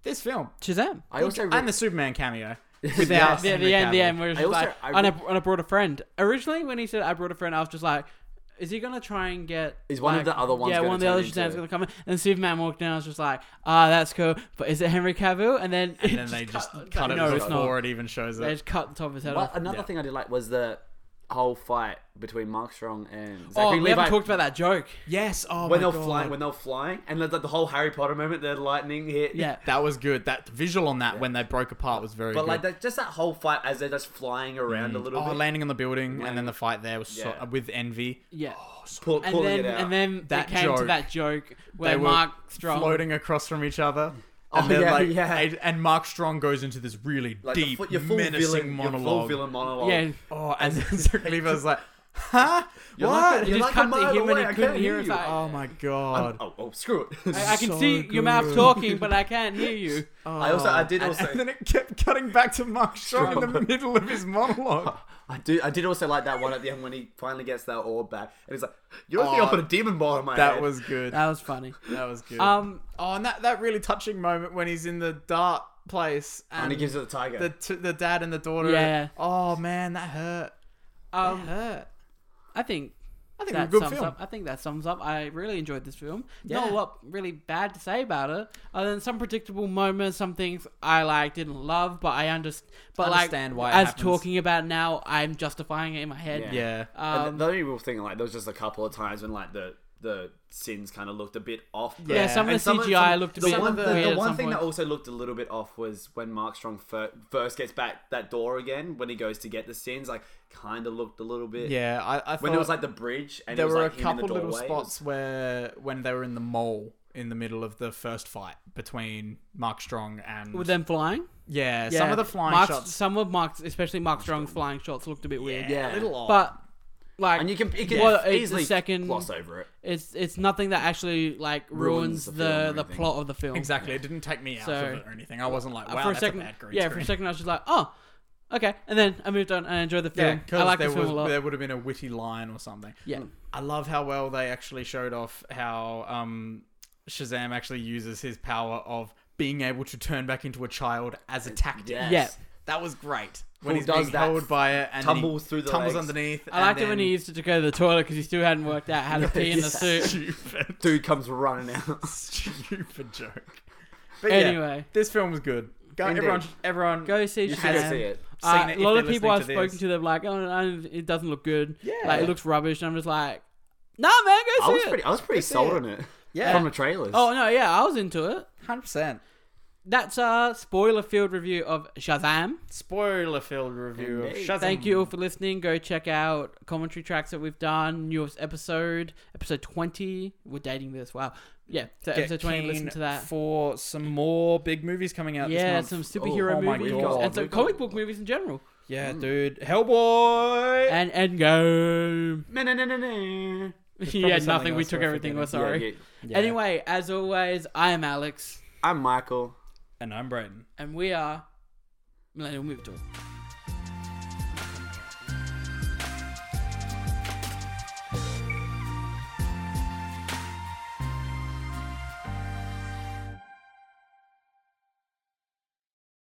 Speaker 1: this film
Speaker 2: Shazam.
Speaker 3: I also re-
Speaker 1: and the Superman
Speaker 3: *laughs*
Speaker 1: cameo without
Speaker 3: Yeah,
Speaker 2: Yeah,
Speaker 1: Henry
Speaker 2: the end, the
Speaker 1: Cavill.
Speaker 2: end, where it's
Speaker 3: I
Speaker 2: just
Speaker 3: also-
Speaker 2: like,
Speaker 3: I
Speaker 2: and, I,
Speaker 3: re-
Speaker 2: and I brought a friend. Originally, when he said I brought a friend, I was just like, is he gonna try and get?
Speaker 3: Is one of
Speaker 2: like-
Speaker 3: the other ones
Speaker 2: Yeah,
Speaker 3: gonna
Speaker 2: one of the
Speaker 3: turn
Speaker 2: other
Speaker 3: into-
Speaker 2: Shazam's gonna come in. And Superman walked in. I was just like, ah, that's cool. But is it Henry Cavill? And then *laughs*
Speaker 1: And then they just cut, it
Speaker 2: No, it's
Speaker 1: before it
Speaker 2: not.
Speaker 1: even shows
Speaker 2: They
Speaker 1: up.
Speaker 2: just cut the top of his head
Speaker 3: Well,
Speaker 2: off. Oh,
Speaker 3: another
Speaker 1: Yeah.
Speaker 3: thing I did like was the whole fight between Mark Strong and Zachary
Speaker 2: Oh, we
Speaker 3: Levi.
Speaker 2: haven't talked about that
Speaker 3: *laughs*
Speaker 2: joke.
Speaker 1: Yes. Oh
Speaker 3: when
Speaker 1: my
Speaker 3: they're
Speaker 1: God.
Speaker 3: flying, when they're flying, and the, the whole Harry Potter moment, the lightning hit.
Speaker 2: Yeah.
Speaker 1: that was good. That visual on that when they broke apart was very.
Speaker 3: But
Speaker 1: good.
Speaker 3: like that, just that whole fight as they're just flying around a little
Speaker 1: Oh,
Speaker 3: bit,
Speaker 1: landing on the building and then
Speaker 3: Landing-
Speaker 1: the fight there was so,
Speaker 3: Yeah.
Speaker 1: with envy. Oh,
Speaker 2: Yeah.
Speaker 3: pull,
Speaker 2: and
Speaker 3: pulling
Speaker 2: then
Speaker 3: it out.
Speaker 2: and then
Speaker 1: That
Speaker 2: that came to
Speaker 1: joke.
Speaker 2: that joke where
Speaker 1: They were
Speaker 2: Mark Strong
Speaker 1: floating across from each other.
Speaker 3: Oh,
Speaker 1: And then
Speaker 3: yeah,
Speaker 1: like,
Speaker 3: yeah.
Speaker 1: and- and Mark Strong goes into this really
Speaker 3: like
Speaker 1: deep,
Speaker 3: the, fu- your full
Speaker 1: menacing
Speaker 3: villain,
Speaker 1: monologue.
Speaker 3: Your full villain
Speaker 2: *laughs*
Speaker 3: monologue.
Speaker 2: Yeah.
Speaker 1: Oh, and then Zach Levi's like, "Huh?
Speaker 3: You're
Speaker 1: what?"
Speaker 3: like a-
Speaker 2: It
Speaker 3: You're
Speaker 2: just
Speaker 3: like
Speaker 2: cut
Speaker 3: mile
Speaker 2: to him and
Speaker 3: away,
Speaker 2: he
Speaker 3: I
Speaker 2: couldn't
Speaker 3: can't
Speaker 2: hear
Speaker 3: hear
Speaker 2: us.
Speaker 3: you.
Speaker 1: *laughs*
Speaker 2: I,
Speaker 1: oh my god!
Speaker 3: Oh, oh, screw it.
Speaker 2: I can
Speaker 1: so
Speaker 2: see your mouth
Speaker 1: good.
Speaker 2: talking, but I can't hear
Speaker 3: *laughs*
Speaker 2: you.
Speaker 3: I also- I did
Speaker 2: oh.
Speaker 1: and,
Speaker 3: also-
Speaker 1: And then it kept cutting back to Mark Strong in the
Speaker 3: Strong.
Speaker 1: middle of his
Speaker 3: *laughs*
Speaker 1: monologue.
Speaker 3: I do. I did also like that one at the end when he finally gets that orb back, and he's like, "You're oh,
Speaker 1: Oh,
Speaker 3: up on a demon ball in my
Speaker 1: That
Speaker 3: head."
Speaker 1: was good.
Speaker 2: That was funny.
Speaker 1: That was good.
Speaker 2: Um,
Speaker 1: oh, and that, that really touching moment when he's in the dart place
Speaker 3: and
Speaker 1: and
Speaker 3: he gives it the tiger.
Speaker 1: the t- the dad and the daughter.
Speaker 2: Yeah.
Speaker 1: Oh man, that hurt. That
Speaker 2: um,
Speaker 1: hurt.
Speaker 2: I think
Speaker 1: I think it was a
Speaker 2: that
Speaker 1: good
Speaker 2: sums
Speaker 1: film.
Speaker 2: up. I think that sums up. I really enjoyed this film. Not a
Speaker 1: Yeah.
Speaker 2: lot really bad to say about it, other than some predictable moments, some things I like didn't love, but I understand. But
Speaker 1: Understand
Speaker 2: like
Speaker 1: why it
Speaker 2: as
Speaker 1: happens.
Speaker 2: talking about it now, I'm justifying it in my head.
Speaker 3: Yeah.
Speaker 1: Yeah.
Speaker 3: And
Speaker 2: Um,
Speaker 3: the only real thing, like, there was just a couple of times when, like, the the sins kind of looked a bit off. but-
Speaker 2: yeah, some of
Speaker 3: And
Speaker 2: the
Speaker 3: some of-
Speaker 2: CGI
Speaker 3: some-
Speaker 2: looked a
Speaker 3: the
Speaker 2: bit
Speaker 3: one, the,
Speaker 2: weird.
Speaker 3: the
Speaker 2: at
Speaker 3: one
Speaker 2: some
Speaker 3: thing that
Speaker 2: points.
Speaker 3: also looked a little bit off was when Mark Strong fir- first gets back that door again when he goes to get the sins. Like, kind of looked a little bit.
Speaker 1: yeah. I, I
Speaker 3: When
Speaker 1: thought
Speaker 3: there was like the bridge, and
Speaker 1: there
Speaker 3: it was,
Speaker 1: were
Speaker 3: like,
Speaker 1: a
Speaker 3: him in
Speaker 1: couple
Speaker 3: the
Speaker 1: little
Speaker 3: doorway, it was-
Speaker 1: spots where when they were in the mall in the middle of the first fight between Mark Strong and
Speaker 2: with them flying.
Speaker 1: yeah, some of the flying
Speaker 2: Mark's-
Speaker 1: shots.
Speaker 2: Some of Mark's, especially Mark Strong's flying shots, looked a bit weird.
Speaker 1: Yeah,
Speaker 3: Yeah.
Speaker 1: a little odd.
Speaker 2: But like,
Speaker 3: And you can, you can
Speaker 2: Well, it's the
Speaker 3: easily
Speaker 2: second-
Speaker 3: gloss over it.
Speaker 2: it's it's nothing that actually like ruins,
Speaker 3: Ruins the film
Speaker 2: the
Speaker 3: or
Speaker 2: the,
Speaker 3: anything.
Speaker 2: plot of the film.
Speaker 1: exactly, it didn't take me out
Speaker 2: So-
Speaker 1: of it or anything. I wasn't like,
Speaker 2: Uh,
Speaker 1: wow,
Speaker 2: for a
Speaker 1: that's
Speaker 2: second,
Speaker 1: a bad green
Speaker 2: yeah. For
Speaker 1: screen.
Speaker 2: a second, I was just like, oh, okay. And then I moved on and I enjoyed the
Speaker 1: Yeah,
Speaker 2: film. I
Speaker 1: 'cause
Speaker 2: like
Speaker 1: there
Speaker 2: this film
Speaker 1: was
Speaker 2: a lot.
Speaker 1: there would have been a witty line or something.
Speaker 2: Yeah.
Speaker 3: Mm.
Speaker 1: I love how well they actually showed off how um, Shazam actually uses his power of being able to turn back into a child as a tactic.
Speaker 3: Yes.
Speaker 2: Yeah.
Speaker 1: That was great. When
Speaker 3: Who
Speaker 1: he's
Speaker 3: does
Speaker 1: being
Speaker 3: that
Speaker 1: held by it and then he
Speaker 3: tumbles through the
Speaker 1: tumbles
Speaker 3: legs.
Speaker 1: underneath.
Speaker 2: I liked it when he
Speaker 1: *laughs*
Speaker 2: used it to go to the toilet because he still hadn't worked out how to pee in the suit.
Speaker 1: Stupid,
Speaker 3: *laughs* Dude comes running out. *laughs*
Speaker 1: stupid joke. But yeah,
Speaker 2: Anyway.
Speaker 1: this film was good. Go,
Speaker 3: Indeed.
Speaker 1: everyone, everyone,
Speaker 2: Go see
Speaker 3: You should go
Speaker 2: Shazam.
Speaker 3: see it.
Speaker 2: Uh,
Speaker 1: Seen it if
Speaker 2: a lot
Speaker 1: they're
Speaker 2: of people
Speaker 1: listening
Speaker 2: I've
Speaker 1: to
Speaker 2: spoken
Speaker 1: this.
Speaker 2: to, they're like, "Oh, no, it doesn't look good.
Speaker 1: Yeah.
Speaker 2: like it looks rubbish." And I'm just like, "No, man, go
Speaker 3: I
Speaker 2: see
Speaker 3: was
Speaker 2: it."
Speaker 3: pretty, I was pretty
Speaker 1: see
Speaker 3: sold
Speaker 1: it.
Speaker 3: on it.
Speaker 1: Yeah.
Speaker 3: From the trailers.
Speaker 2: oh no, yeah, I was into it.
Speaker 1: hundred percent.
Speaker 2: That's our spoiler-filled review of Shazam.
Speaker 1: Spoiler-filled review
Speaker 3: Indeed.
Speaker 1: of Shazam.
Speaker 2: Thank you all for listening. Go check out commentary tracks that we've done. Newest episode, episode twenty. We're dating this. Wow. Yeah. So
Speaker 1: Get
Speaker 2: episode twenty. Listen
Speaker 1: keen
Speaker 2: to that.
Speaker 1: for some more big movies coming out.
Speaker 2: Yeah,
Speaker 1: this
Speaker 2: some
Speaker 1: month.
Speaker 2: superhero
Speaker 1: oh my
Speaker 2: movies
Speaker 1: God.
Speaker 2: and some
Speaker 3: We've
Speaker 2: comic
Speaker 3: got-
Speaker 2: book movies in general.
Speaker 1: Yeah, dude, Hellboy.
Speaker 2: And Endgame.
Speaker 3: No, no, no, no, no.
Speaker 2: *laughs* yeah,
Speaker 1: something
Speaker 2: nothing. We
Speaker 1: else
Speaker 2: took
Speaker 1: we're
Speaker 2: everything.
Speaker 1: forgetting.
Speaker 2: We're sorry.
Speaker 3: Yeah, yeah.
Speaker 1: Yeah.
Speaker 2: Anyway, as always, I am Alex,
Speaker 3: I'm Michael.
Speaker 1: and I'm Brayden.
Speaker 2: and we are Millennial Move Tour.